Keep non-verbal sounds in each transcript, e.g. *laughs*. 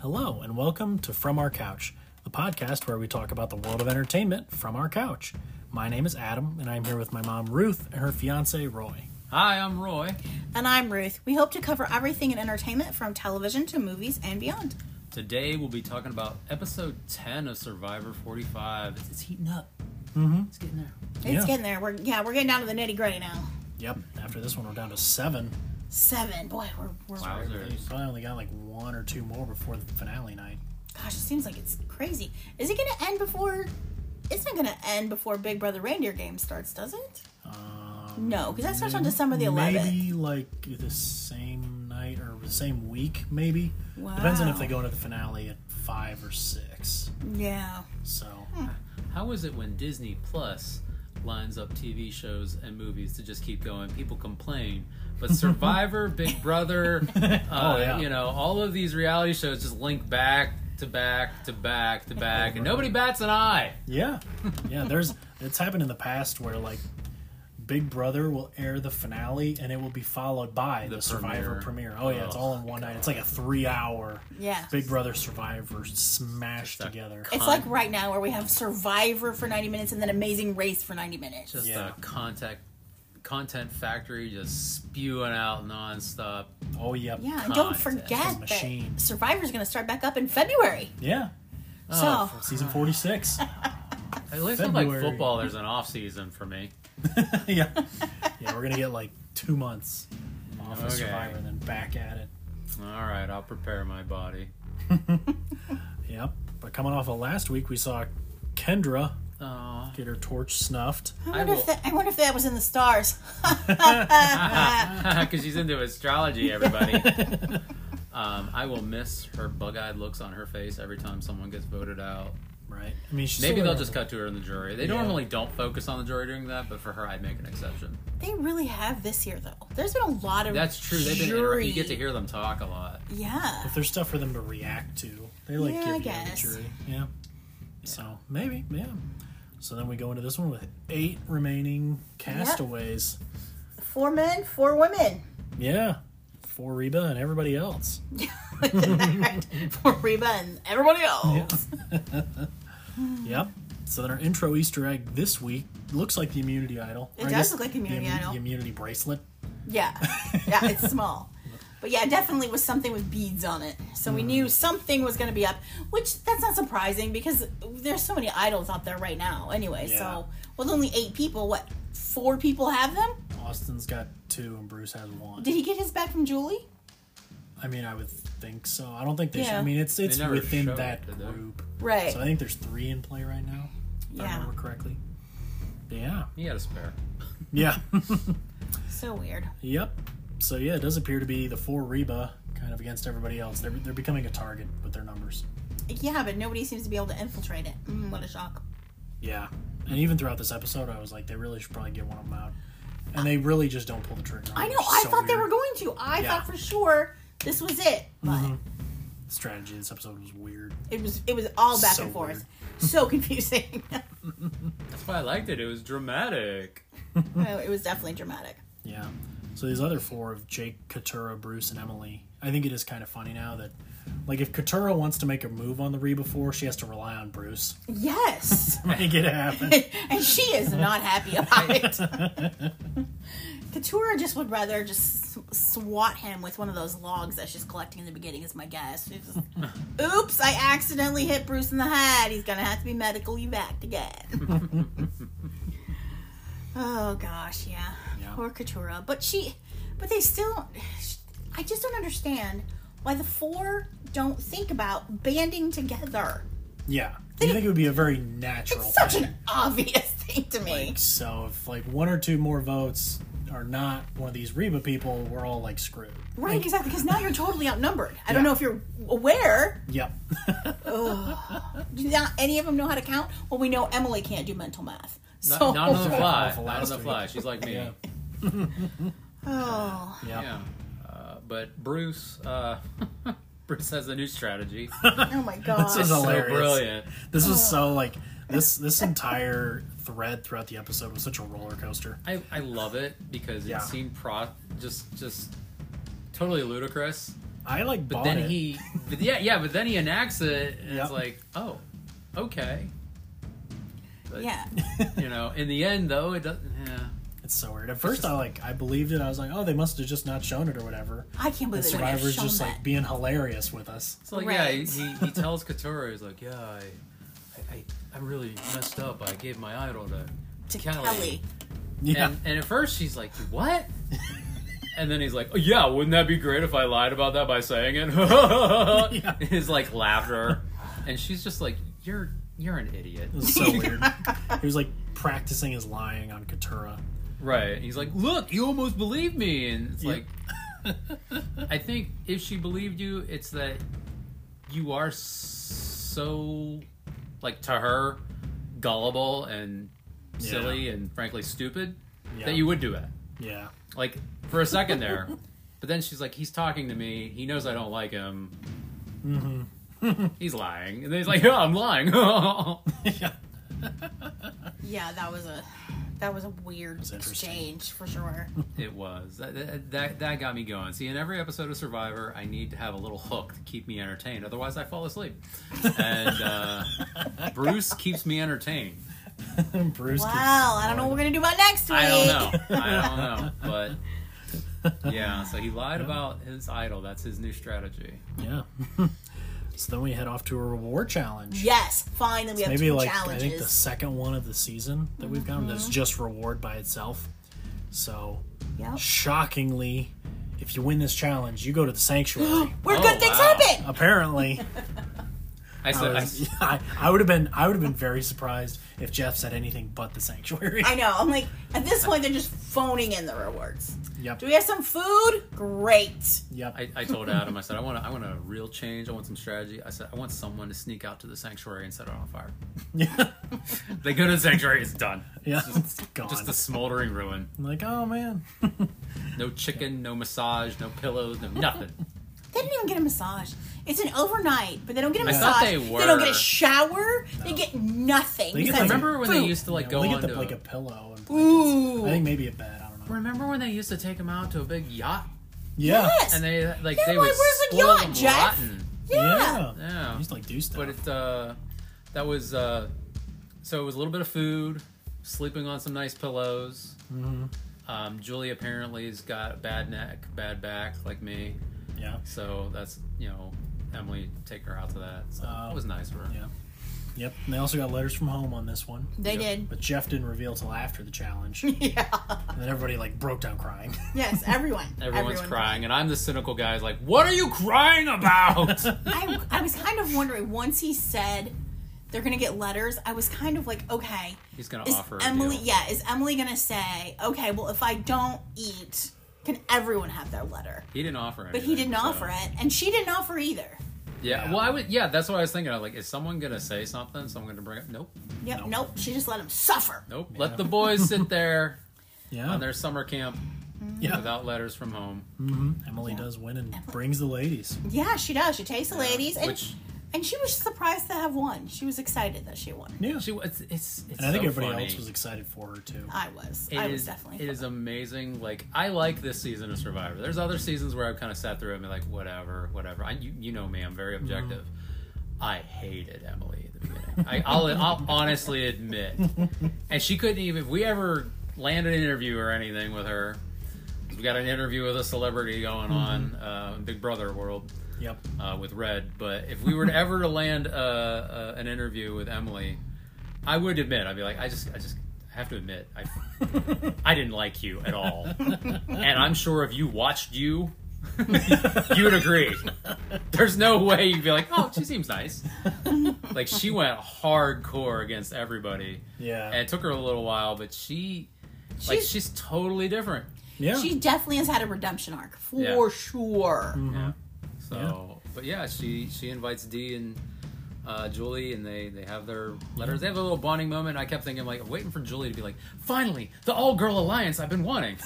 Hello, and welcome to From Our Couch, the podcast where we talk about the world of entertainment from our couch. My name is Adam, and I'm here with my mom, Ruth, and her fiance, Roy. Hi, I'm Roy. And I'm Ruth. We hope to cover everything in entertainment from television to movies and beyond. Today we'll be talking about episode 10 of Survivor 45. It's, it's heating up. Mm-hmm. It's getting there. It's Yeah. getting there. We're yeah, we're getting down to the nitty gritty now. Yep, after this one, we're down to seven. Seven. Boy, we're, we're We Wowzers. probably only got like one or two more before the finale night. gosh, it seems like it's crazy. Is it gonna end before it's not gonna end before Big Brother Reindeer game starts, does it? Um, No, because that starts on December the eleventh. Maybe like the same night or the same week, maybe. Depends on if Wow. they go into the finale at five or six. Yeah. So, How is it when Disney Plus lines up TV shows and movies to just keep going? People complain. *laughs* But Survivor, Big Brother, uh, Oh, yeah. you know, all of these reality shows just link back to back to back *laughs* to back, and nobody bats an eye. Yeah, yeah. There's it's happened in the past where like Big Brother will air the finale and it will be followed by the, The Survivor premiere. premiere. Oh yeah, it's Oh, all in one night. It's like a three-hour Yeah. Big Brother Survivor smashed Just a together. It's like right now where we have Survivor for ninety minutes and then Amazing Race for ninety minutes. Just Yeah. a contact content factory just spewing out nonstop. Oh yeah, yeah, and don't Content. forget Machine. that Survivor's gonna start back up in February. yeah. Oh, So Season forty-six. *laughs* At least February. like football, there's an off season for me. yeah, yeah. We're gonna get like two months off of Okay. Survivor and then back at it. All right, I'll prepare my body. Yep. But coming off of last week, we saw Kendra Oh, get her torch snuffed. I wonder, will- *laughs* if that, *laughs* I wonder if that was in the stars. *laughs* because she's into astrology, everybody. um, I will miss her bug-eyed looks on her face every time someone gets voted out. *laughs* Right. I mean, she's Maybe still they'll there. just cut to her in the jury. They Yeah. normally don't focus on the jury doing that, but for her, I'd make an exception. They really have this year though. There's been a lot of That's true. They've been inter- jury. you get to hear them talk a lot. Yeah. if there's stuff for them to react to, they like Yeah, I give you the guess. jury. Yeah. So maybe, yeah. So then we go into this one with eight remaining castaways. Four men, *laughs* four women. *laughs* Yeah. For Reba and everybody else. Poor Reba and everybody else. *laughs* Yep. So then our intro Easter egg this week looks like the immunity idol. Or It I does guess look like Immunity the, immu- Idol. The immunity bracelet. Yeah. Yeah, it's small. But yeah, it definitely was something with beads on it. So Mm. we knew something was going to be up, which that's not surprising because there's so many idols out there right now anyway. Yeah. So with only eight people, what, four people have them? Austin's got two and Bruce has one. Did he get his back from Julie? I mean, I would think so. I don't think they should. Yeah. I mean, it's it's never within showed that it, did they? group. Right. So I think there's three in play right now. If I Yeah. remember correctly. Yeah. He had a spare. Yeah. *laughs* So weird. Yep. So yeah, it does appear to be the four Reba kind of against everybody else. They're they're becoming a target with their numbers. Yeah, but nobody seems to be able to infiltrate it. Mm, what a shock. Yeah. And even throughout this episode, I was like, they really should probably get one of them out. And they really just don't pull the trigger. I know. I thought they were going to. I Yeah. Mm-hmm. thought for sure this was it, but The strategy in this episode was weird. it was it was all back So and forth. weird. *laughs* So confusing. That's why I liked it. It was dramatic. No, it was definitely dramatic. Yeah. So these other four of Jake, Katura, Bruce, and Emily. I think it is kind of funny now that, like, if Katura wants to make a move on the Reba four, she has to rely on Bruce Yes, *laughs* *laughs* to make it happen. and she is not happy about it. *laughs* Katura just would rather just s- swat him with one of those logs that she's collecting in the beginning. Is my guess. She's just, *laughs* Oops! I accidentally hit Bruce in the head. He's gonna have to be medically backed again. *laughs* oh gosh, yeah. Yeah. Poor Katura, but she, but they still. I just don't understand why the four don't think about banding together. yeah. You think it would be a very natural. It's such thing. an obvious thing to me. So if like one or two more votes are not one of these Reba people, we're all like screwed. Right, exactly. Because now you're totally outnumbered. I don't Yeah. know if you're aware. Yep. Do not any of them know how to count? Well, we know Emily can't do mental math. Not, So, not on *laughs* the fly. Awful Not on last the week. fly. She's like me. Yeah. *laughs* oh, Yeah. *laughs* Yeah. Uh, but Bruce, uh, *laughs* Bruce has a *laughs* new strategy. oh my gosh. This is so hilarious. brilliant. *laughs* This was Oh. so like this this entire thread throughout the episode was such a roller coaster. I, I love it because Yeah. it seemed pro just just totally ludicrous, I like But bought then it. he, but yeah, yeah, but then he enacts it, and Yep. it's like, oh, okay. But, yeah. You know, in the end, though, it doesn't. Yeah. *laughs* It's so weird. At first, I like I believed it. I was like, oh, they must have just not shown it or whatever. I can't The believe they would have survivor's shown just that. like being hilarious with us. *laughs* It's like, yeah, Right. he, he tells Katara, he's like, yeah, I, I, I, I really messed up. I gave my idol to, to Kelly. Yeah, And, and at first she's like, what? and then he's like, oh, yeah, wouldn't that be great if I lied about that by saying it? *laughs* Yeah. His like laughter. And she's just like, you're you're an idiot. it was so *laughs* weird. He was like practicing his lying on Katura. *laughs* Right. And he's like, look, you almost believed me. And it's like, I think if she believed you, it's that you are so, like, to her, gullible and silly and frankly stupid Yeah. that you would do it. Yeah, *laughs* Like, for a second there. *laughs* but then she's like, he's talking to me. He knows I don't like him. Mm-hmm. he's lying. And then he's like, yeah, I'm lying. *laughs* yeah. Yeah, that was a that was a weird That's interesting. exchange for *laughs* sure. It was. That, that, that, that got me going. See, in every episode of Survivor, I need to have a little hook to keep me entertained. Otherwise, I fall asleep. And uh, Bruce keeps me entertained. *laughs* Bruce. wow, keeps I don't know going. what we're gonna do about next week. I don't know. I don't know. But yeah, so he lied about his idol. That's his new strategy. Yeah. *laughs* so then we head off to a reward challenge. *laughs* Yes, finally we have Maybe two like challenges. Mm-hmm. I think the second one of the season that we've gotten that's just reward by itself. So Yep. shockingly, if you win this challenge, you go to the *gasps* sanctuary. Where Oh, good things wow. *laughs* happen. *laughs* Apparently, I I, said, I was- I, I would have been I would have been very surprised if Jeff said anything but the sanctuary. I know. I'm like at this point they're just phoning in the rewards. Yep. Do we have some food? Great. *laughs* Yep. I, I told Adam, I said, I want, a, I want a real change. I want some strategy. I said, I want someone to sneak out to the sanctuary and set it on fire. *laughs* yeah. They go to the sanctuary, it's done. Yeah. It's It's *laughs* just, gone. just a smoldering ruin. I'm like, oh *laughs* man. No chicken, no massage, no pillows, no nothing. They didn't even get a massage. It's an overnight, but they don't get I a massage. thought they don't were. get a shower. They get nothing. They get besides the- Remember when they food. used to like Yeah, go we on get to the, like a pillow and blankets. Ooh. I think maybe a bed. I don't know. Remember when they used to take them out to a big yacht Yeah. Yes. and they like Yeah, they why- would where's the spoil yacht, them Jeff? rotten. Yeah. Yeah. Used to like do stuff. But it uh, that was uh, so it was a little bit of food, sleeping on some nice pillows. Mm-hmm. Um, Julie apparently has got a bad neck, bad back, like me. yeah. So that's you know Emily take her out to that. So Oh. it was nice for her. Yeah. Yep. And they also got letters from home on this one. They Yep. did. But Jeff didn't reveal till after the challenge. *laughs* Yeah. and then everybody like broke down crying. *laughs* Yes, everyone. *laughs* Everyone's Everyone. crying, and I'm the cynical guy. who's Like, what are you crying *laughs* about? I, I was kind of wondering once he said they're gonna get letters. I was kind of like, okay, He's gonna is offer Emily? A deal. Yeah, is Emily gonna say, okay, well, if I don't eat, can everyone have their letter? He didn't offer it. But he didn't offer it, and she didn't offer either. Yeah. Yeah. Well, I would. Yeah, that's what I was thinking. I was like, is someone gonna say something? Someone gonna bring up? Nope. Yep. No. Nope. She just let him suffer. Nope. Yeah. Let the boys *laughs* sit there *laughs* yeah. on their summer camp Oh. yeah. without letters from home. Emily does win and Emily. brings the ladies. Yeah, she does. She takes the ladies, and Which and she was surprised to have won. She was excited that she won. Yeah. she it's it's. it's and I think so everybody funny. else was excited for her too. I was. It I was is- definitely. It is amazing. Like I like this season of Survivor. There's other seasons where I've kind of sat through it and been like, whatever, whatever. I, you, you know me. I'm very objective. Mm-hmm. I hated Emily at the beginning. I, I'll, I'll honestly admit, and she couldn't even. If we ever landed an interview or anything with her, we got an interview with a celebrity going Mm-hmm. on uh, Big Brother world Yep. uh, with Red. But if we were to ever to land uh, uh, an interview with Emily, I would admit I'd be like, I just, I just I have to admit, I, I didn't like you at all, and I'm sure if you watched you, you would agree. There's no way you'd be like, oh, she seems nice. like she went hardcore against everybody, *laughs* Yeah. and it took her a little while, but she. like She's- she's totally different, yeah. She definitely has had a redemption arc for Yeah. sure. yeah. So, but yeah, she she invites Dee and uh, Julie, and they they have their letters. They have a little bonding moment. I kept thinking like, waiting for Julie to be like, finally, the all girl alliance I've *laughs* been wanting.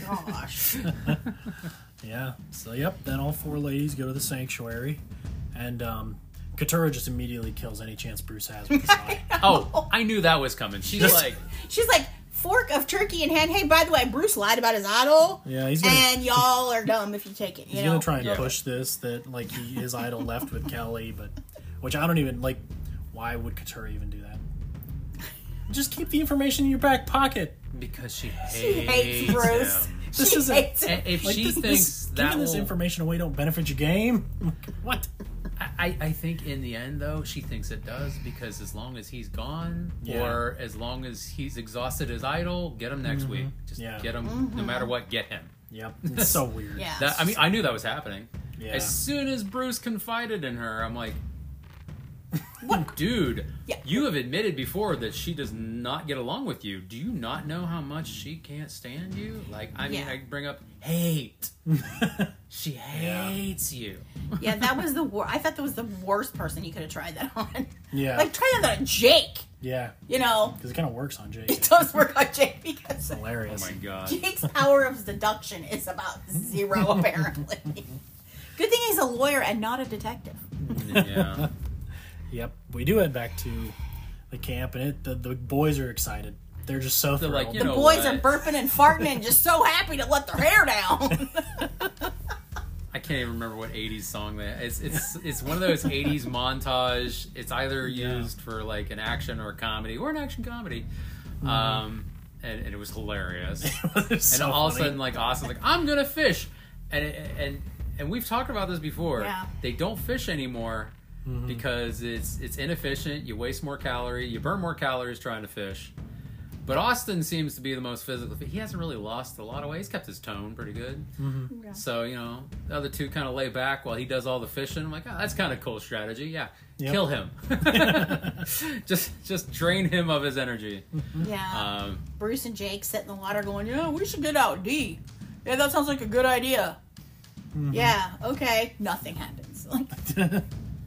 Gosh. *laughs* yeah. So yep, then all four ladies go to the sanctuary and um Katura just *laughs* immediately kills any chance Bruce has with his eye. oh, I knew that was coming. She's like, She's like, fork of turkey in hand. Hey, by the way, Bruce lied about his idol. Yeah, he's gonna- and y'all are dumb if you take it. You He's know? gonna try and Yeah. push this that like he, his idol left with Kelly, but which I don't even like. Why would Katura even do that? Just keep the information in your back pocket. because she hates, She hates Bruce. him. This she is a- eh. hates him. And if Like she this, thinks this, that giving this will- information away don't benefit your game. *laughs* what? I, I think in the end though she thinks it does because as long as he's gone Yeah. or as long as he's exhausted his idol get him next week just Mm-hmm. Yeah. get him no Mm-hmm. matter what get him Yep. It's *laughs* so weird. Yeah. that, I mean I knew that was happening Yeah. as soon as Bruce confided in her I'm like *laughs* What? dude Yeah. you have admitted before that she does not get along with you do you not know how much she can't stand you like I mean Yeah. I bring up hate she Yeah. hates you Yeah, that was the worst. I thought that was the worst person you could have tried that on. *laughs* Yeah. Like, try that on Jake. yeah. You know, *laughs* Because it kind of works on Jake. it It's does work on Jake because oh hilarious. my god Jake's power of deduction is about zero, apparently. Good thing he's a lawyer and not a detective. *laughs* yeah Yep. We do head back to the camp, and it the, the boys are excited. They're just so They're thrilled. like, you know Boys what? are burping and farting and just so happy to let their hair down. I can't even remember what '80s song that it's it's it's one of those '80s montage. It's either Yeah. used for like an action or a comedy or an action comedy, um, and, and it was hilarious. *laughs* It's and so all of a funny. sudden, like Austin's like, "I'm gonna fish," and it, and and we've talked about this before. Yeah. They don't fish anymore Mm-hmm. because it's it's inefficient. You waste more calorie, you burn more calories trying to fish. But Austin seems to be the most physical. He hasn't really lost a lot of weight. He's kept his tone pretty good. Mm-hmm. So you know, the other two kind of lay back while he does all the fishing. I'm like, oh, that's kind of cool strategy. Yeah, Yep. *laughs* kill him. *laughs* just just drain him of his energy. yeah. Um, Bruce and Jake sit in the water going, Yeah, we should get out D. Yeah, that sounds like a good idea. Yeah, okay. Nothing happens. *laughs* Like, *laughs*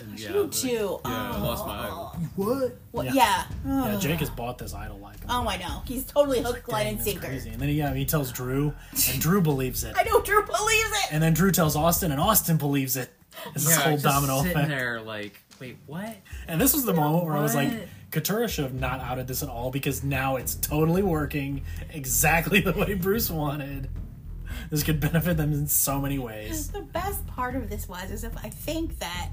and yeah, you too. yeah, I lost my Oh. eye. what? Well, Yeah. yeah. Yeah, Jake has bought this idol like. Oh, I know. He's totally hook, line, Dang, and that's sinker. crazy. And then yeah, he tells Drew, *laughs* and Drew believes it. I know Drew believes it. And then Drew tells Austin, and Austin believes it. It's this Yeah, whole just domino sitting effect. there like, wait, what? And this was the moment where I was like, What? Katura should have not outed this at all because now it's totally working exactly *laughs* the way Bruce wanted. This could benefit them in so many ways. The best part of this was is if I think that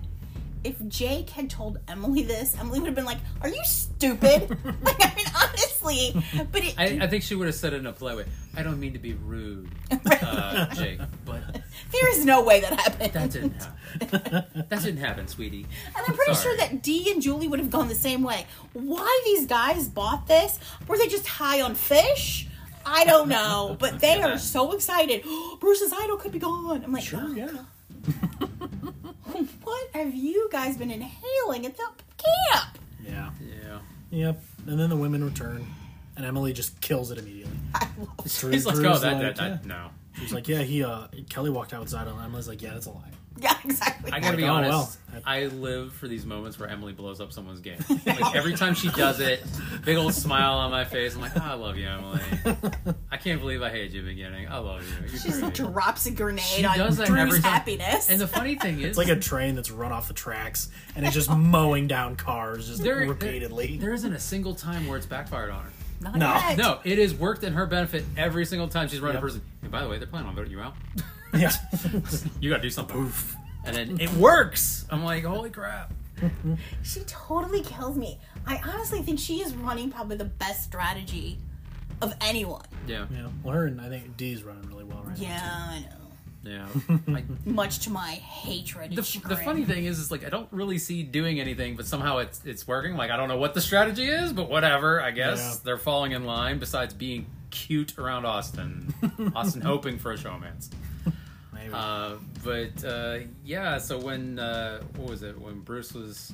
if Jake had told Emily this, Emily would have been like, "Are you *laughs* stupid?" like, I mean, honestly, but it, I, I think she would have said it in a polite way. I don't mean to be rude, uh, Jake, but there is no way that happened. that didn't happen. That didn't happen, sweetie. and I'm pretty Sorry. sure that Dee and Julie would have gone the same way. Why these guys bought this? Were they just high on fish? I don't know, but *laughs* they Yeah. are so excited. *gasps* Bruce's idol could be gone. I'm like, Sure, yeah. what have you guys been inhaling at the camp? *laughs* Yeah. Yeah. Yep. And then the women return, and Emily just kills it immediately. I love Drew, He's like, Drew's oh, that, that, like, that, yeah. no. She's like, yeah, he, uh, Kelly walked out with his idol, and Emily's like, yeah, that's a lie. Yeah, exactly. I gotta be Oh, honest. well. I live for these moments where Emily blows up someone's game. Like every time she does it, big old smile on my face. I'm like, oh, I love you, Emily. I can't believe I hated you in the beginning. I love you. You're She just great." drops a grenade She on does that Drew's every time. happiness. And the funny thing is, It's like a train that's run off the tracks, and *laughs* it's just mowing down cars just there, repeatedly. there isn't a single time where it's backfired on her. Not No. yet. No, it has worked in her benefit every single time she's run Yep. a person. And by the way, they're planning on voting you out. *laughs* *laughs* yeah. You gotta do something. And then it works. I'm like, holy crap. She totally kills me. I honestly think she is running probably the best strategy of anyone. Yeah, yeah. Well, her and I think Dee's running really well right Yeah, now. too. I know. yeah. Like, Much to my hatred. and the, the chagrin. funny thing is, is like I don't really see doing anything, but somehow it's it's working. Like I don't know what the strategy is, but whatever. I guess Yeah. they're falling in line. Besides being cute around Austin, Austin hoping for a showman's. Maybe. Uh, but uh, yeah, so when uh, what was it? When Bruce was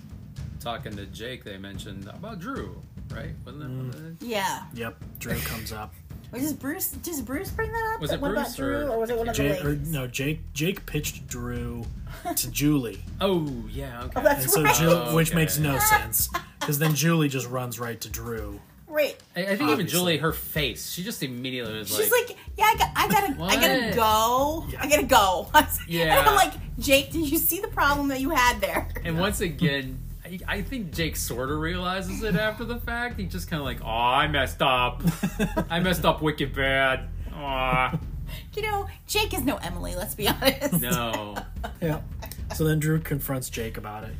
talking to Jake, they mentioned about Drew, right? Wasn't that? Yeah. yep. *laughs* Drew comes up. Was this Bruce? Does Bruce bring that up? Was it what Bruce about Drew, or- or was it one of the Jake, or, ladies? no, Jake. Jake pitched Drew to *laughs* Julie, Oh yeah, okay. that's- and so right. Ju- Oh, which okay. makes *laughs* no sense because then Julie just runs right to Drew. Right. I, I think even Obviously. Julie, her face, she just immediately was She's like, yeah, I, got, I gotta, I gotta What? go. Yeah. I gotta go. *laughs* Yeah. And I'm like, Jake, did you see the problem that you had there? And once again, I, he- I think Jake sort of realizes it after the fact. He just kind of like, oh, I messed up. I messed up wicked bad. Aw. You know, Jake is no Emily. Let's be honest. No. Yeah. So then Drew confronts Jake about it.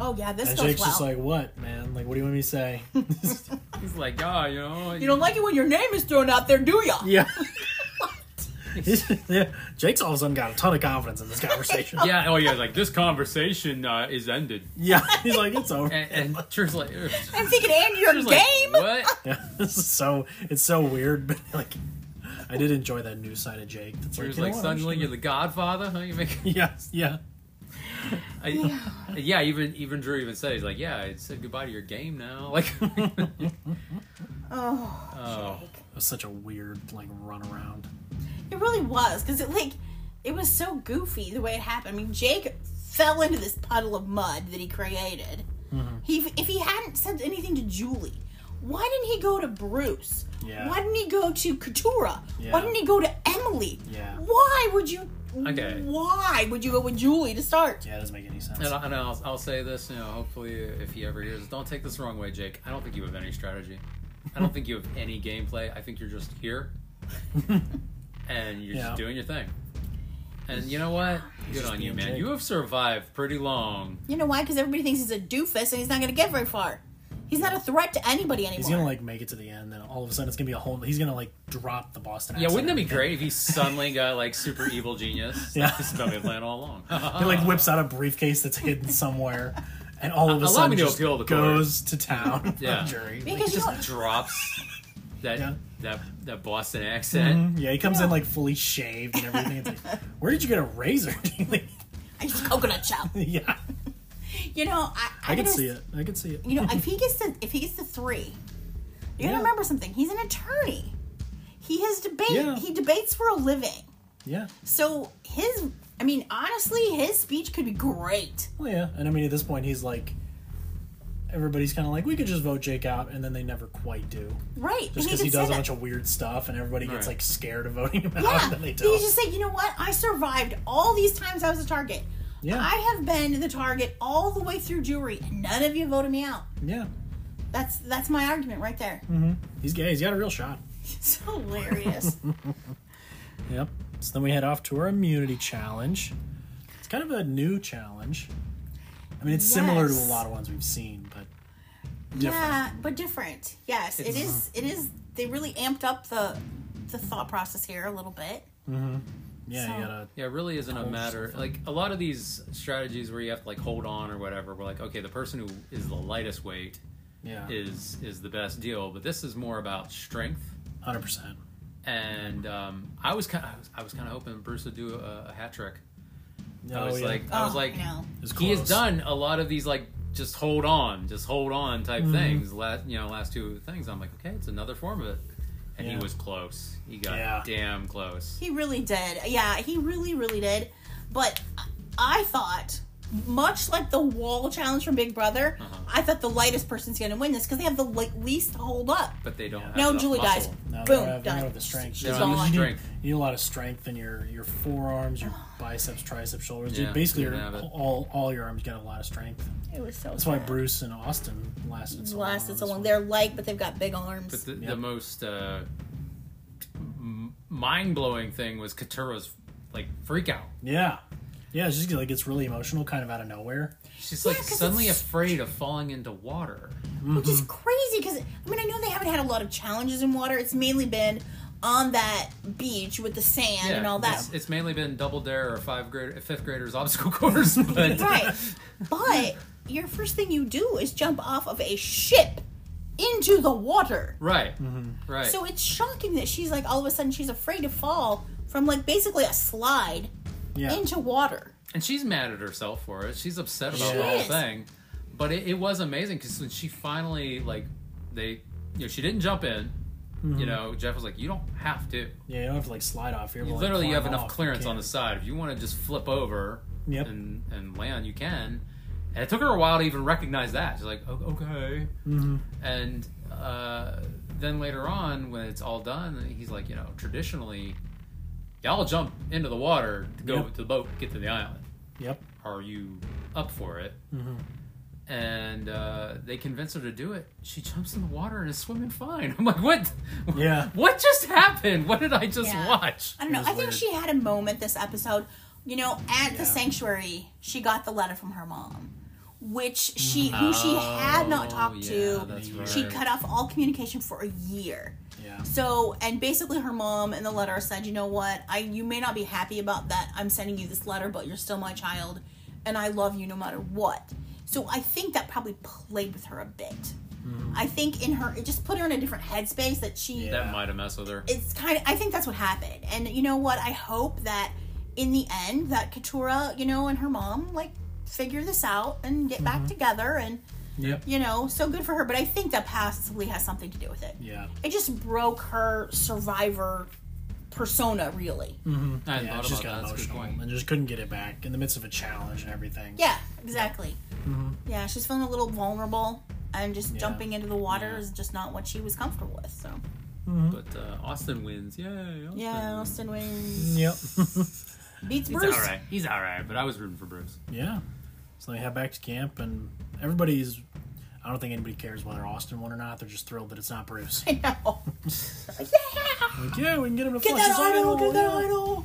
Oh yeah, this And goes Jake's well. just like, what, man? Like, what do you want me to say? He's like, oh, you know. you don't like it when your name is thrown out there, do ya? *laughs* *laughs* *laughs* yeah. yeah. Jake's all of a sudden got a ton of confidence *laughs* in this conversation. Yeah, oh, yeah, like this conversation uh, is ended. Yeah. *laughs* He's like, it's over. And, and Drew's like, "Ugh." I'm thinking, and your Drew's like, game. what? Yeah, *laughs* this is so it's so weird, *laughs* but like I did enjoy that new side of Jake. That's Drew's you know like, what, suddenly I'm you're just the godfather? Huh? You make. gonna- *laughs* Yes, yeah. I, yeah. even even Drew even said he's like, yeah, I said goodbye to your game now. *laughs* *laughs* Like, Oh, oh, Jake. It was such a weird like run around. It really was because it like it was so goofy the way it happened. I mean, Jake fell into this puddle of mud that he created. Mm-hmm. He if he hadn't said anything to Julie, why didn't he go to Bruce? Yeah. Why didn't he go to Katura? Yeah. Why didn't he go to Emily? Yeah. Why would you? Okay. Why would you go with Julie to start? Yeah, it doesn't make any sense. and, I, and I'll I'll say this, you know, hopefully if he ever hears, don't take this the wrong way, Jake. I don't think you have any strategy. I don't think you have any gameplay. I think you're just here, and you're Yeah. just doing your thing. And you know what? Good just on you, being man. Jake. You have survived pretty long. You know why? Because everybody thinks he's a doofus and he's not going to get very far. He's not a threat to anybody anymore. *laughs* He's gonna like make it to the end, then all of a sudden it's gonna be a whole. He's gonna like drop the Boston. Yeah, wouldn't that be accent. great if he suddenly got like super evil *laughs* genius? Yeah. Like, this is about my plan all along. He *laughs* like whips out a briefcase that's hidden somewhere, and all of a Allow sudden me to just appeal the court. goes to town. *laughs* Yeah. on *laughs* jury. Like, because you know, *laughs* just drops that Yeah. Mm-hmm. that that Boston accent. yeah, he comes in Yeah. like fully shaved and everything. It's like, where did you get a razor? *laughs* I just coconut shell. yeah, You know, I, I, I can gotta- see it. I can see it. You know, *laughs* if he gets to if he gets to three, you Yeah. gotta remember something. He's an attorney. He has debate. Yeah. He debates for a living. Yeah. So his, I mean, honestly, his speech could be great. Well, Oh, yeah, and I mean at this point he's like, everybody's kind of like, we could just vote Jake out, and then they never quite do, Right? just because could he, does say a that. bunch of weird stuff, and everybody gets Right. like scared of voting him out, Yeah. and then they He don't. just said, you know what? I survived all these times I was a target. Yeah. I have been the target all the way through jury, and none of you voted me out. yeah, That's that's my argument right there. Hmm. he's gay. He's got a real shot. It's hilarious. *laughs* Yep. So then we head off to our immunity challenge. It's kind of a new challenge. I mean, it's similar to a Yes. lot of ones we've seen, but different. yeah, but different. Yes, it It's- is. It is. They really amped up the the thought process here a little bit. Mm-hmm. Yeah, So- you gotta. Yeah, it really isn't a Hold matter yourself like a lot of these strategies where you have to like hold on or whatever. We're like, okay, the person who is the lightest weight Yeah, is is the best deal, but this is more about strength. hundred percent. And um, I was kind of, I was, I was kind of hoping Bruce would do a, a hat trick. I was yeah. like, I was Oh, like, no. It's he has close. done a lot of these like just hold on, just hold on type Mm-hmm. things. Last you know, last two things. I'm like, okay, it's another form of it. And Yeah. he was close. He got Yeah. damn close. He really did. Yeah, he really, really did. But I thought, much like the wall challenge from Big Brother, Uh-huh. I thought the lightest person's going to win this because they have the li- least to hold up. But they don't. Have Now enough Julie muscle. dies. No, they Boom, don't have, they don't done. have the strength. They don't You have the need- strength. You need a lot of strength in your your forearms, *sighs* your biceps, triceps, shoulders. You Yeah, basically, you your, don't have it. all all your arms get a lot of strength. It was so. That's why Bruce and Austin lasted so Lasted long. so on long. this They're light, but they've got big arms. But the, Yeah. the most uh, m- mind-blowing thing was Katura's like freak out. one. Yeah, yeah. It's just like it's really emotional, kind of out of nowhere. She's Yeah, like 'cause suddenly it's- afraid of falling into water. which Mm-hmm. is crazy because I mean I know they haven't had a lot of challenges in water. It's mainly been on that beach with the sand and all that. It's, it's mainly been double dare or five grade, fifth graders obstacle *laughs* course, but *laughs* Right. But your first thing you do is jump off of a ship into the water. right, Mm-hmm. right. So it's shocking that she's like all of a sudden she's afraid to fall from like basically a slide Yeah, into water. and she's mad at herself for it. She's upset about She the whole is. thing. But it, it was amazing because when she finally like they, you know, she didn't jump in. Mm-hmm. You know, Jeff was like, "You don't have to." yeah. You don't have to like slide off. You're able You to, like, literally you climb have enough off. You clearance on can. the side. If you want to just flip over Yep. and and land, you can. And it took her a while to even recognize that. She's like, "O- okay. Mm-hmm. And uh, then later on, when it's all done, he's like, you know, traditionally, y'all jump into the water to go Yep. to the boat, get to the island. Yep. Mm-hmm. Are you up for it? and uh, they convince her to do it. She jumps in the water and is swimming fine. *laughs* I'm like, what? Yeah. *laughs* What just happened? What did I just Yeah. watch? I don't know. It I was think weird. she had a moment this episode. You know, at Yeah. the sanctuary, she got the letter from her mom, which she who she had not Oh, talked yeah, to. that's She right. cut off all communication for a year. Yeah. So, and basically, her mom in the letter said, "You know what? I you may not be happy about that. I'm sending you this letter, but you're still my child, and I love you no matter what." So, I think that probably played with her a bit. I think in her, it just put her in a different headspace that she Hmm. Yeah. That might have messed with her. it's kind of i think that's what happened and you know what i hope that in the end that katura you know and her mom like figure this out and get back together and Mm-hmm. Yep. you know so good for her but i think that possibly has something to do with it Yeah. it just broke her survivor persona really Mm. I hadn't Yeah, thought she just about got that. That's a good emotional point. and just couldn't get it back in the midst of a challenge and everything. yeah exactly yeah she's feeling a little vulnerable and just Mm-hmm. Yeah. jumping into the water Yeah. is just not what she was comfortable with so Mm-hmm. But uh, Austin wins. Yay. Austin. yeah austin wins Yep. *laughs* He's beats bruce all right. He's all right. But I was rooting for Bruce. yeah. So they head back to camp, and everybody's. I don't think anybody cares whether Austin won or not. They're just thrilled that it's not Bruce. *laughs* *laughs* i know yeah Like, yeah, we can get him to Get flush that his idol! Get that yeah. idol!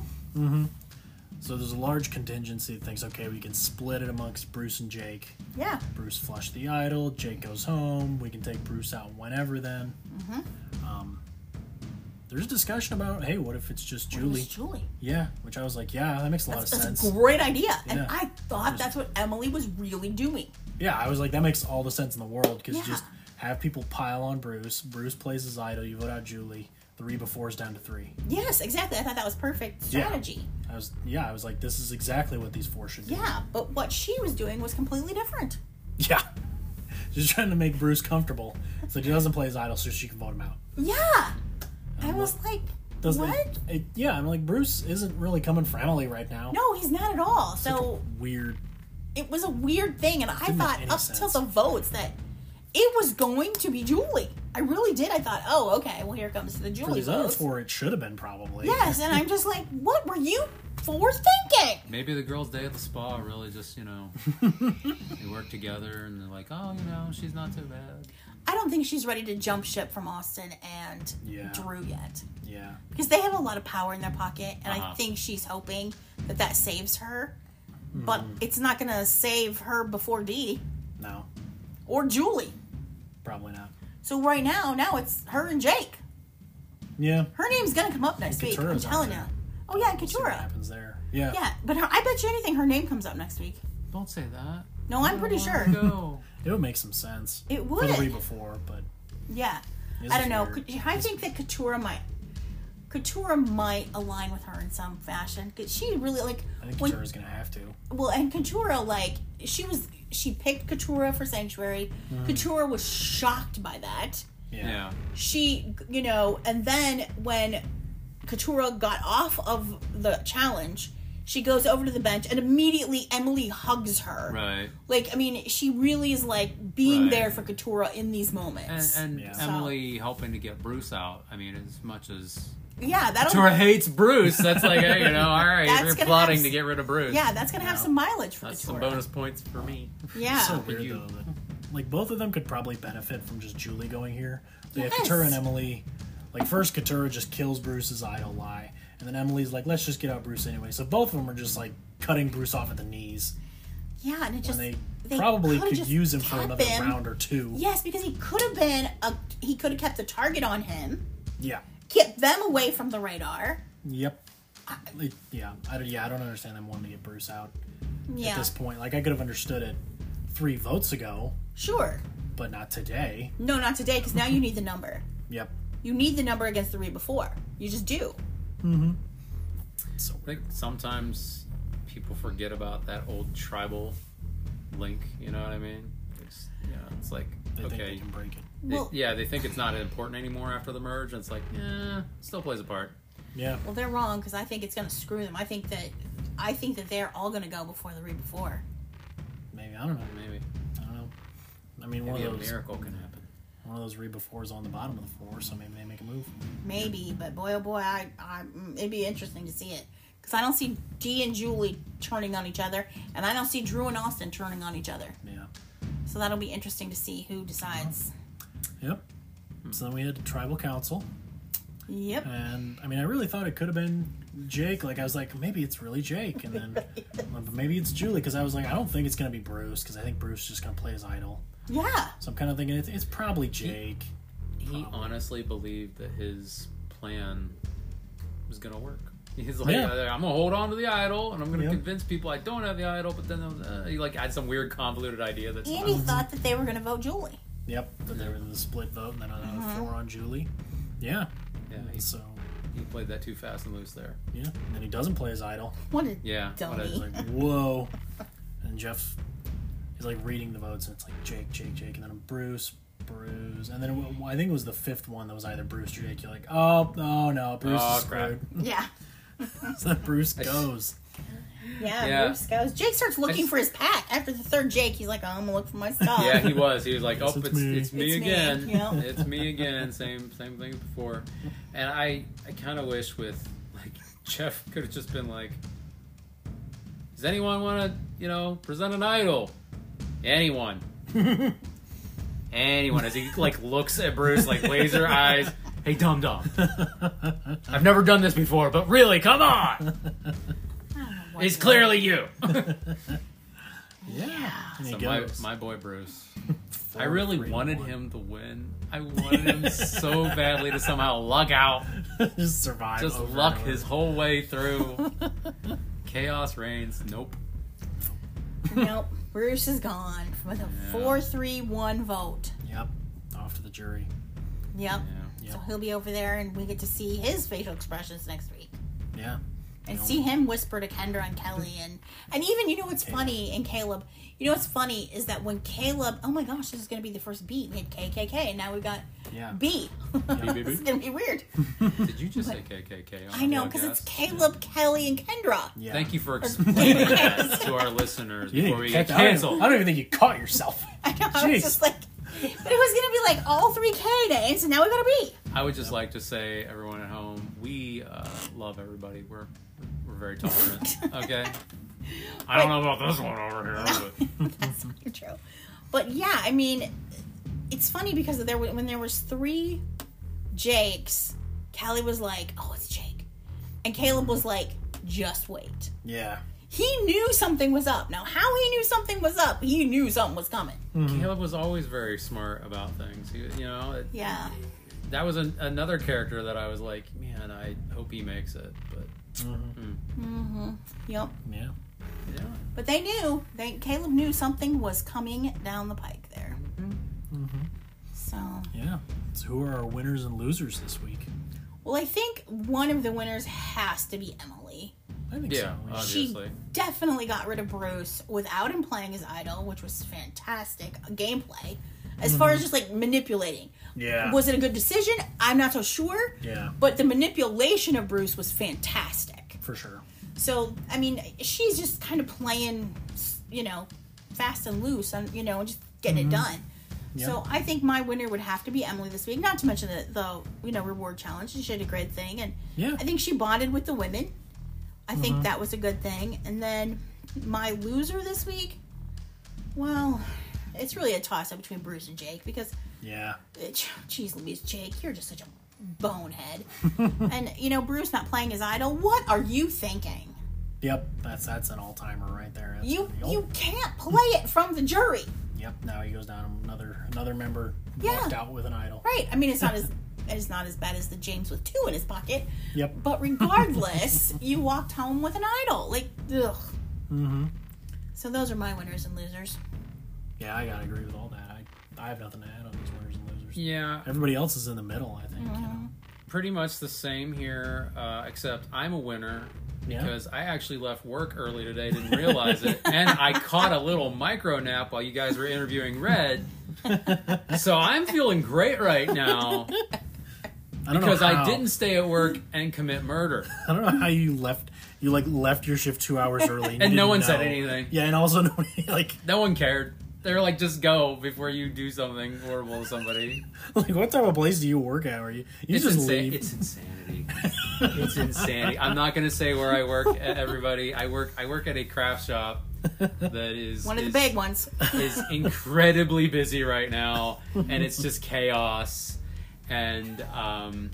So there's a large contingency that thinks, okay, we can split it amongst Bruce and Jake. Yeah. Bruce flushed the idol. Jake goes home. We can take Bruce out whenever then. Mm-hmm. Um, there's discussion about, hey, what if it's just Julie? It's Julie. yeah, which I was like, yeah, that makes a lot That's, of that's sense. a great idea. And Yeah. I thought that's what Emily was really doing. yeah, I was like, that makes all the sense in the world because Yeah. just have people pile on Bruce. Bruce plays his idol. You vote out Julie. The Reba Four is down to three. Yes, exactly. I thought that was perfect Yeah. strategy. I was, yeah, I was like, this is exactly what these four should do. Yeah. but what she was doing was completely different. *laughs* Yeah. She's trying to make Bruce comfortable so he doesn't play his idol so she can vote him out. Yeah. I was like, Doesn't what? It, it- yeah, I'm like, Bruce isn't really coming for Emily right now. No, he's not at all. So Weird. it was a weird thing, and I Didn't make thought any up sense. till the votes that it was going to be Julie. I really did. I thought, oh, okay, well, here comes the For Julie these other votes. four, it should have been probably. Yes, and I'm just like, what were you four thinking? Maybe the girls' day at the spa really just, *laughs* you know, they work together and they're like, oh, you know, she's not so bad. I don't think she's ready to jump ship from Austin and Yeah. Drew yet. Yeah. Because they have a lot of power in their pocket, and I Uh-huh. think she's hoping that that saves her. Mm-hmm. But it's not going to save her before Dee No, or Julie. probably not. So right now, now it's her and Jake. Yeah. Her name's going to come up next week. I'm Katura's out telling you. there. Oh, yeah, and See what Katura. happens there. Yeah. Yeah, but her, I bet you anything her name comes up next week. Don't say that. No, I'm pretty sure. Go. It would make some sense. It For the would. re before, but Yeah. This I is don't know. weird. Could- I think that Katura might. Katura might align with her in some fashion. 'Cause she really like I think when Katura's going to have to. well, and Katura like she was she picked Katura for Sanctuary. Mm. Katura was shocked by that. *laughs* Yeah. Yeah. She you know, and then when Katura got off of the challenge, she goes over to the bench and immediately Emily hugs her. Right. Like I mean, she really is like being Right. there for Katura in these And, moments. and Yeah. Emily helping to get Bruce out. I mean, as much as yeah, that'll Tora hates Bruce, that's like, hey, you know, all right, Oh. That's you're gonna plotting have- to get rid of Bruce. Yeah, that's gonna have Yeah. some mileage for That's Katura. some bonus points for me. Yeah. So weird, you- though. That, like, both of them could probably benefit from just Julie going here. They Yes. have Katura and Emily. Like, first, Katura just kills Bruce's idol lie. And then Emily's like, let's just get out Bruce anyway. So both of them are just, like, cutting Bruce off at the knees. yeah, and it just And they, they probably coulda could just use him for kept another him. round or two. Yes, because he could have been a he could have kept the target on him, Yeah. kept them away from the radar. Yep. Like, yeah. I don't, yeah, I don't understand them wanting to get Bruce out Yeah, at this point. Like, I could have understood it three votes ago, sure. but not today. No, not today, because now you need the number. Yep. You need the number against the read before. You just do. So I think sometimes people forget about that old tribal link, you know what I mean? It's, you know, it's like, they think they okay. can break it. they- Well, yeah, they think it's not important anymore after the merge, and it's like, yeah, still plays a part. Yeah. well, they're wrong because I think it's gonna screw them. I think that I think that they're all gonna go before the read before. Maybe. I don't know. Maybe, I don't know. I mean, one maybe a of those miracle can happen. one of those Reba fours on the bottom of the floor, so maybe they make a move. Maybe, but boy, oh boy, I, I mm, it'd be interesting to see it because I don't see Dee and Julie turning on each other, and I don't see Drew and Austin turning on each other. Yeah. So that'll be interesting to see who decides. Yep. So then we had tribal council, Yep. and I mean, I really thought it could have been Jake. Like I was like, maybe it's really Jake, and then but maybe it's Julie because I was like, I don't think it's gonna be Bruce because I think Bruce is just gonna play his idol. *laughs* Yeah. So I'm kind of thinking it's, it's probably Jake. He honestly believed that his plan was gonna work. He's like, Yeah. I'm gonna hold on to the idol, and I'm gonna Yep. convince people I don't have the idol. But then uh, he like had some weird convoluted idea that's And he thought that they were going to vote Julie. Yep, that there was the split vote and then another four on Julie. Yeah. yeah, And he, So he played that too fast and loose there. yeah, and then he doesn't play his idol. What a Yeah, what dummy. He's like, whoa. And Jeff is like reading the votes, and it's like Jake, Jake, Jake, and then Bruce, Bruce, and then it, wa- I think it was the fifth one that was either Bruce or Jake. You're like, oh, oh no, Bruce Oh, is screwed. *laughs* yeah. *laughs* so then Bruce goes. *laughs* Yeah, Yeah. Bruce goes. Jake starts looking just- for his pack. After the third Jake, he's like, oh, I'm going to look for my stuff. Yeah, he was. He was like, "Oh, Yes, it's it's it's me, me. It's me, again. *laughs* yeah. It's me again. Same same thing as before." And I I kind of wish with like *laughs* Jeff could have just been like, "Does anyone want to you know present an idol? Anyone? Anyone?" As he like looks at Bruce like laser eyes. Hey, dum dum. I've never done this before, but really, come on! *laughs* *laughs* It's clearly you. Yeah. *laughs* And he So my, goes. my boy Bruce. Four, I really three, wanted one. him to win. I wanted him so badly to somehow luck out, *laughs* just survive. just over and luck over. his whole way through. Chaos reigns. Nope. nope. Bruce is gone with a Yeah. 4 3 1 vote. Yep. Off to the jury. Yep. Yeah. So Yep. he'll be over there, and we get to see his facial expressions next week. Yeah. and Yeah. see him whisper to Kendra and Kelly and and even you know what's funny and Caleb you know what's funny is that when Caleb oh my gosh this is gonna be the first beat we had KKK and now we got Yeah. *laughs* B *laughs* B, B. it's gonna be weird Did you just say KKK? On I know because because it's Caleb Kelly and Kendra Yeah. Thank you for explaining that to our listeners You before didn't we even get catch- I, don't even, I canceled. don't even think you caught yourself. *laughs* *laughs* I know I was Jeez. just like but it was gonna be like all three K names and now we got a B I would just like to say, everyone at home, we uh, love everybody. We're we're very *laughs* tolerant. Okay. I don't know about this one over here. But... *laughs* that's not true but yeah I mean it's funny because there when there was three Jakes Kelly was like oh it's Jake and Caleb was like just wait Yeah. he knew something was up. Now, how he knew something was up, he knew something was coming. Caleb was always very smart about things. He, you know, it- Yeah. that was an, another character that I was like, man, I hope he makes it. But Yep. Mm-hmm. Yeah. yeah, Mm-hmm. But they knew. They Caleb knew something was coming down the pike there. So, Yeah. So who are our winners and losers this week? well, I think one of the winners has to be Emily. I think yeah, so. obviously. She definitely got rid of Bruce without him playing his idol, which was fantastic gameplay. As far as just like manipulating, Yeah. was it a good decision? I'm not so sure. Yeah. But the manipulation of Bruce was fantastic. For sure. So I mean, she's just kind of playing, you know, fast and loose, and you know, just getting it done. So I think my winner would have to be Emily this week. Not to mention the, the you know reward challenge. She did a great thing, and Yeah. I think she bonded with the women. I think that was a good thing. And then my loser this week, well, it's really a toss up between Bruce and Jake because Yeah. bitch, jeez Louise, Jake, you're just such a bonehead. and you know, Bruce not playing his idol. What are you thinking? Yep. That's that's an all timer right there. That's You oh, you can't play it from the jury, Yep. Now he goes down. Another another member Yeah. walked out with an idol. right? I mean, it's not as it's not as bad as the James with two in his pocket, Yep. but regardless, *laughs* you walked home with an idol. Like, ugh. Mm-hmm. So those are my winners and losers. Yeah, I gotta agree with all that. I I have nothing to add on these winners and losers. yeah, Everybody else is in the middle. I think. pretty much the same here, uh, except I'm a winner Yeah. because I actually left work early today, didn't realize *laughs* it, and I caught a little micro nap while you guys were *laughs* interviewing Red. So I'm feeling great *laughs* right now I don't because know I how- didn't stay at work and commit murder. *laughs* I don't know how you left. You like left your shift two hours early, *laughs* And you no didn't one said know. anything. Yeah, and also *laughs* nobody like No one cared. They're like, just go before you do something horrible to somebody. like what type of place do you work at? Where you you It's, just insa- leave? it's insanity. *laughs* it's insanity. I'm not gonna say where I work. e- Everybody, I work. I work at a craft shop that is One of the is- big *laughs* ones. is incredibly busy right now, and it's just chaos. And um,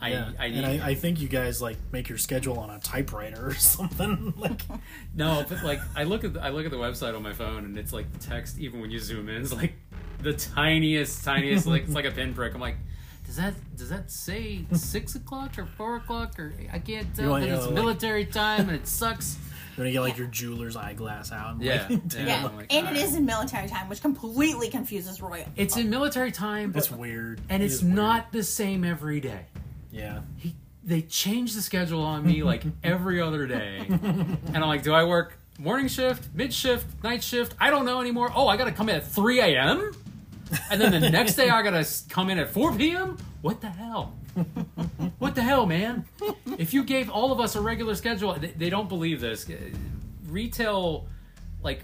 I, yeah. I need and I, I think you guys like make your schedule on a typewriter or *laughs* something. like, no, but like I look at the, I look at the website on my phone, and it's like the text. Even when you zoom in, it's like the tiniest, tiniest. like it's like a pinprick. I'm like. Does that does that say six o'clock or four o'clock or I can't tell? want, But you it's know, like- military time and it sucks. you're gonna get like your jeweler's eyeglass out. And, Yeah, like, *laughs* take a Yeah, Yeah, look. like, and all it right. is in military time, which completely confuses Roy. It's in military time, but, That's weird. and It it's is weird. not the same every day. Yeah. he they change the schedule on me like every other day and i'm like do i work morning shift mid shift night shift i don't know anymore oh i gotta come in at 3 a.m and then *laughs* the next day i gotta s- come in at 4 p.m what the hell what the hell man if you gave all of us a regular schedule they, they don't believe this Uh, retail like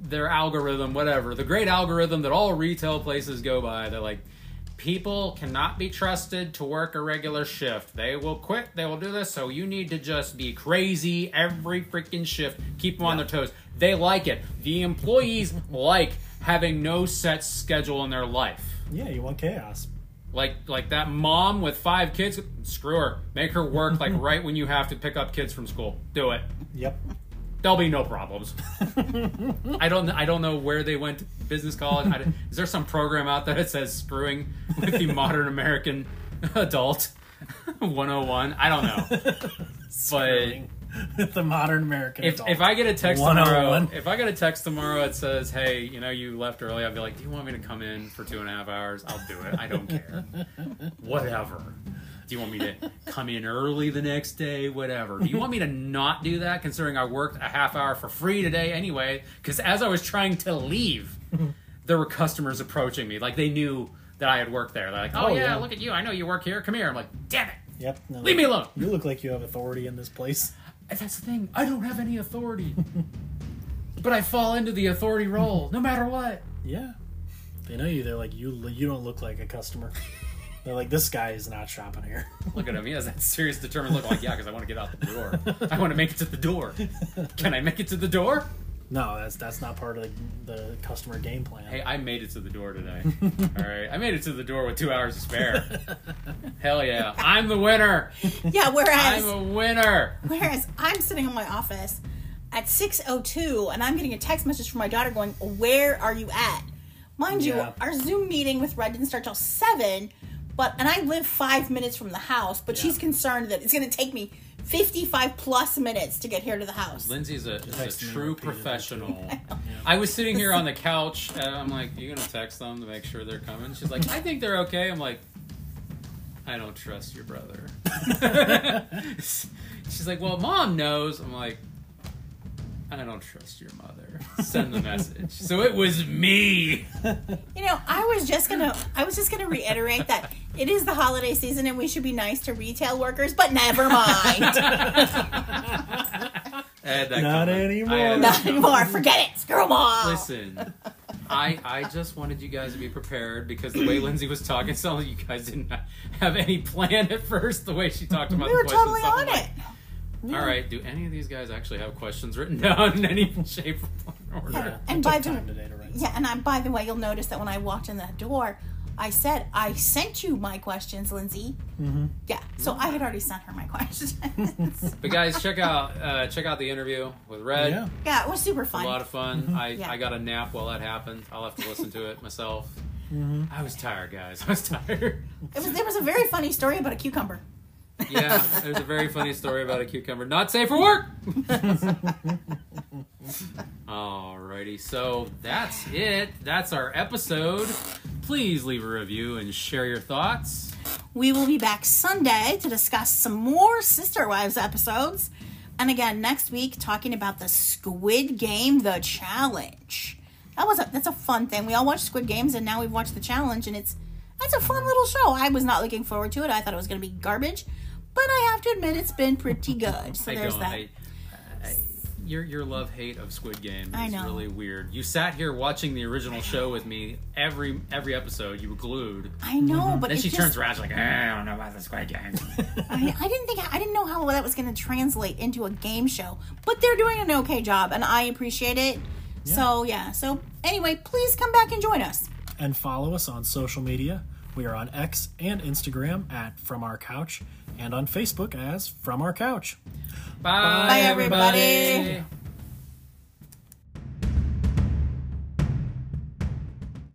their algorithm, whatever, the great algorithm that all retail places go by. They're like, people cannot be trusted to work a regular shift. They will quit, they will do this, so you need to just be crazy every freaking shift. Keep them on their toes. They like it. The employees like having no set schedule in their life. Yeah, you want chaos. Like like that mom with five kids, screw her. Make her work like right when you have to pick up kids from school. Do it Yep. there'll be no problems. I don't I don't know where they went to business college. I, is there some program out there that says screwing with the modern American adult *laughs* 101? I don't know. but *laughs* With the modern American if, adult. if I get a text 101. tomorrow, if I get a text tomorrow that says, "Hey, you know, you left early," I'd be like, "Do you want me to come in for two and a half hours? I'll do it. I don't care. Whatever. Do you want me to come in early the next day? Whatever. Do you want me to not do that? Considering I worked a half hour for free today anyway, because as I was trying to leave, there were customers approaching me, like they knew that I had worked there. They're like, "Oh, Oh, yeah, yeah. look at you. I know you work here. Come here." I'm like, "Damn it." Yep. no, Leave me alone. You look like you have authority in this place. And that's the thing. I don't have any authority. *laughs* but I fall into the authority role, no matter what. Yeah. They know you. They're like you. You don't look like a customer. They're like this guy is not shopping here. *laughs* Look at him. He has that serious, determined look. Like, yeah, because I want to get out the door. I want to make it to the door. Can I make it to the door? No, that's that's not part of the, the customer game plan. Hey, I made it to the door *laughs* today. All right. I made it to the door with two hours to spare. Hell yeah. I'm the winner. Yeah, whereas I'm a winner. whereas I'm sitting in my office at 6:02 and I'm getting a text message from my daughter going, "Where are you at?" Mind Yeah. you, our Zoom meeting with Red didn't start till 7, but and I live 5 minutes from the house, but she's concerned that it's going to take me 55 plus minutes to get here to the house. Lindsay's a, is a Text me true repeatedly. *laughs* professional. I was sitting here on the couch, and I'm like, "You gonna text them to make sure they're coming?" She's like, "I think they're okay." I'm like, "I don't trust your brother." *laughs* She's like, "Well, mom knows." I'm like, "I don't trust your mother." Send the message. So it was me. You know, I was just gonna I was just gonna reiterate that it is the holiday season and we should be nice to retail workers, but never mind. *laughs* I had that Not coming. I anymore. had that Not coming. anymore. Forget it. Screw 'em all. Listen, I I just wanted you guys to be prepared because the way *clears throat* Lindsay was talking, sounded like you guys didn't have any plan at first. The way she talked about we the were questions, totally stuff, I'm on like, it. All right, do any of these guys actually have questions written down in any shape or form? Yeah, Or- it And took by the- time today to write. Yeah, and I, by the way, you'll notice that when I walked in that door, I said I sent you my questions, Lindsay. Mm-hmm. Yeah, so I had already sent her my questions. *laughs* But guys, check out uh, check out the interview with Red. Yeah. yeah, it was super A fun. lot of fun. I, Mm-hmm. Yeah. I got a nap while that happened. I'll have to listen to it myself. I was tired, guys. I was tired. *laughs* it was there was a very funny story about a cucumber. Yeah, there's a very funny story about a cucumber. Not safe for *laughs* work. Alrighty, so that's it. That's our episode. Please leave a review and share your thoughts. We will be back Sunday to discuss some more Sister Wives episodes. And again, next week, talking about the Squid Game, the challenge. That was a that's a fun thing. We all watched Squid Games, and now we've watched the challenge, and it's that's a fun little show. I was not looking forward to it. I thought it was going to be garbage, but I have to admit it's been pretty good. So I there's don't. that. I, I, uh, your your love hate of Squid Game is I know. really weird. You sat here watching the original show with me every every episode. You were glued. I know, but Then it she just, turns around she's like, "Eh, I don't know about the Squid Game. I, I didn't think I didn't know how that was going to translate into a game show, but they're doing an okay job, and I appreciate it. So yeah. So anyway, please come back and join us. and follow us on social media. We are on X and Instagram at From Our Couch and on Facebook as From Our Couch. Bye, Bye, everybody. everybody.